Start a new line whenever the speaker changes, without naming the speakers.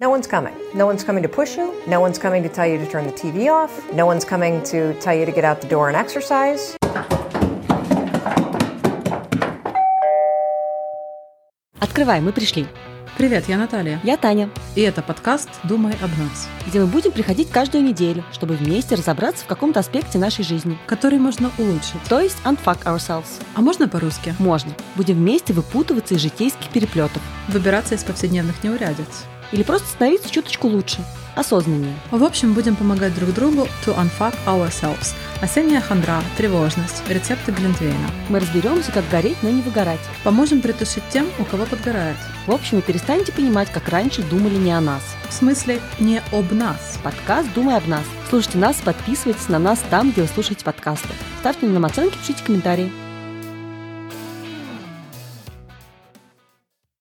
No one's coming. No one's coming to push you. No one's coming to tell you to turn the TV off. No one's coming to tell you to get out the door and exercise.
Открывай, мы пришли.
Привет, я Наталья.
Я Таня,
И это подкаст «Думай об нас»,
где мы будем приходить каждую неделю, чтобы вместе разобраться в каком-то аспекте нашей жизни.
который можно улучшить.
То есть unfuck ourselves.
А можно по-русски?
Можно. Будем вместе выпутываться из житейских переплетов.
Выбираться из повседневных неурядиц.
Или просто становиться чуточку лучше, осознаннее.
В общем, будем помогать друг другу to unfuck ourselves. Осенняя хандра, тревожность, рецепты Глинтвейна.
Мы разберемся, как гореть, но не выгорать.
Поможем притушить тем, у кого подгорает.
В общем, вы перестанете понимать, как раньше думали не о нас.
В смысле, не об нас.
Подкаст «Думай об нас». Слушайте нас, подписывайтесь на нас там, где вы слушаете подкасты. Ставьте нам оценки, пишите комментарии.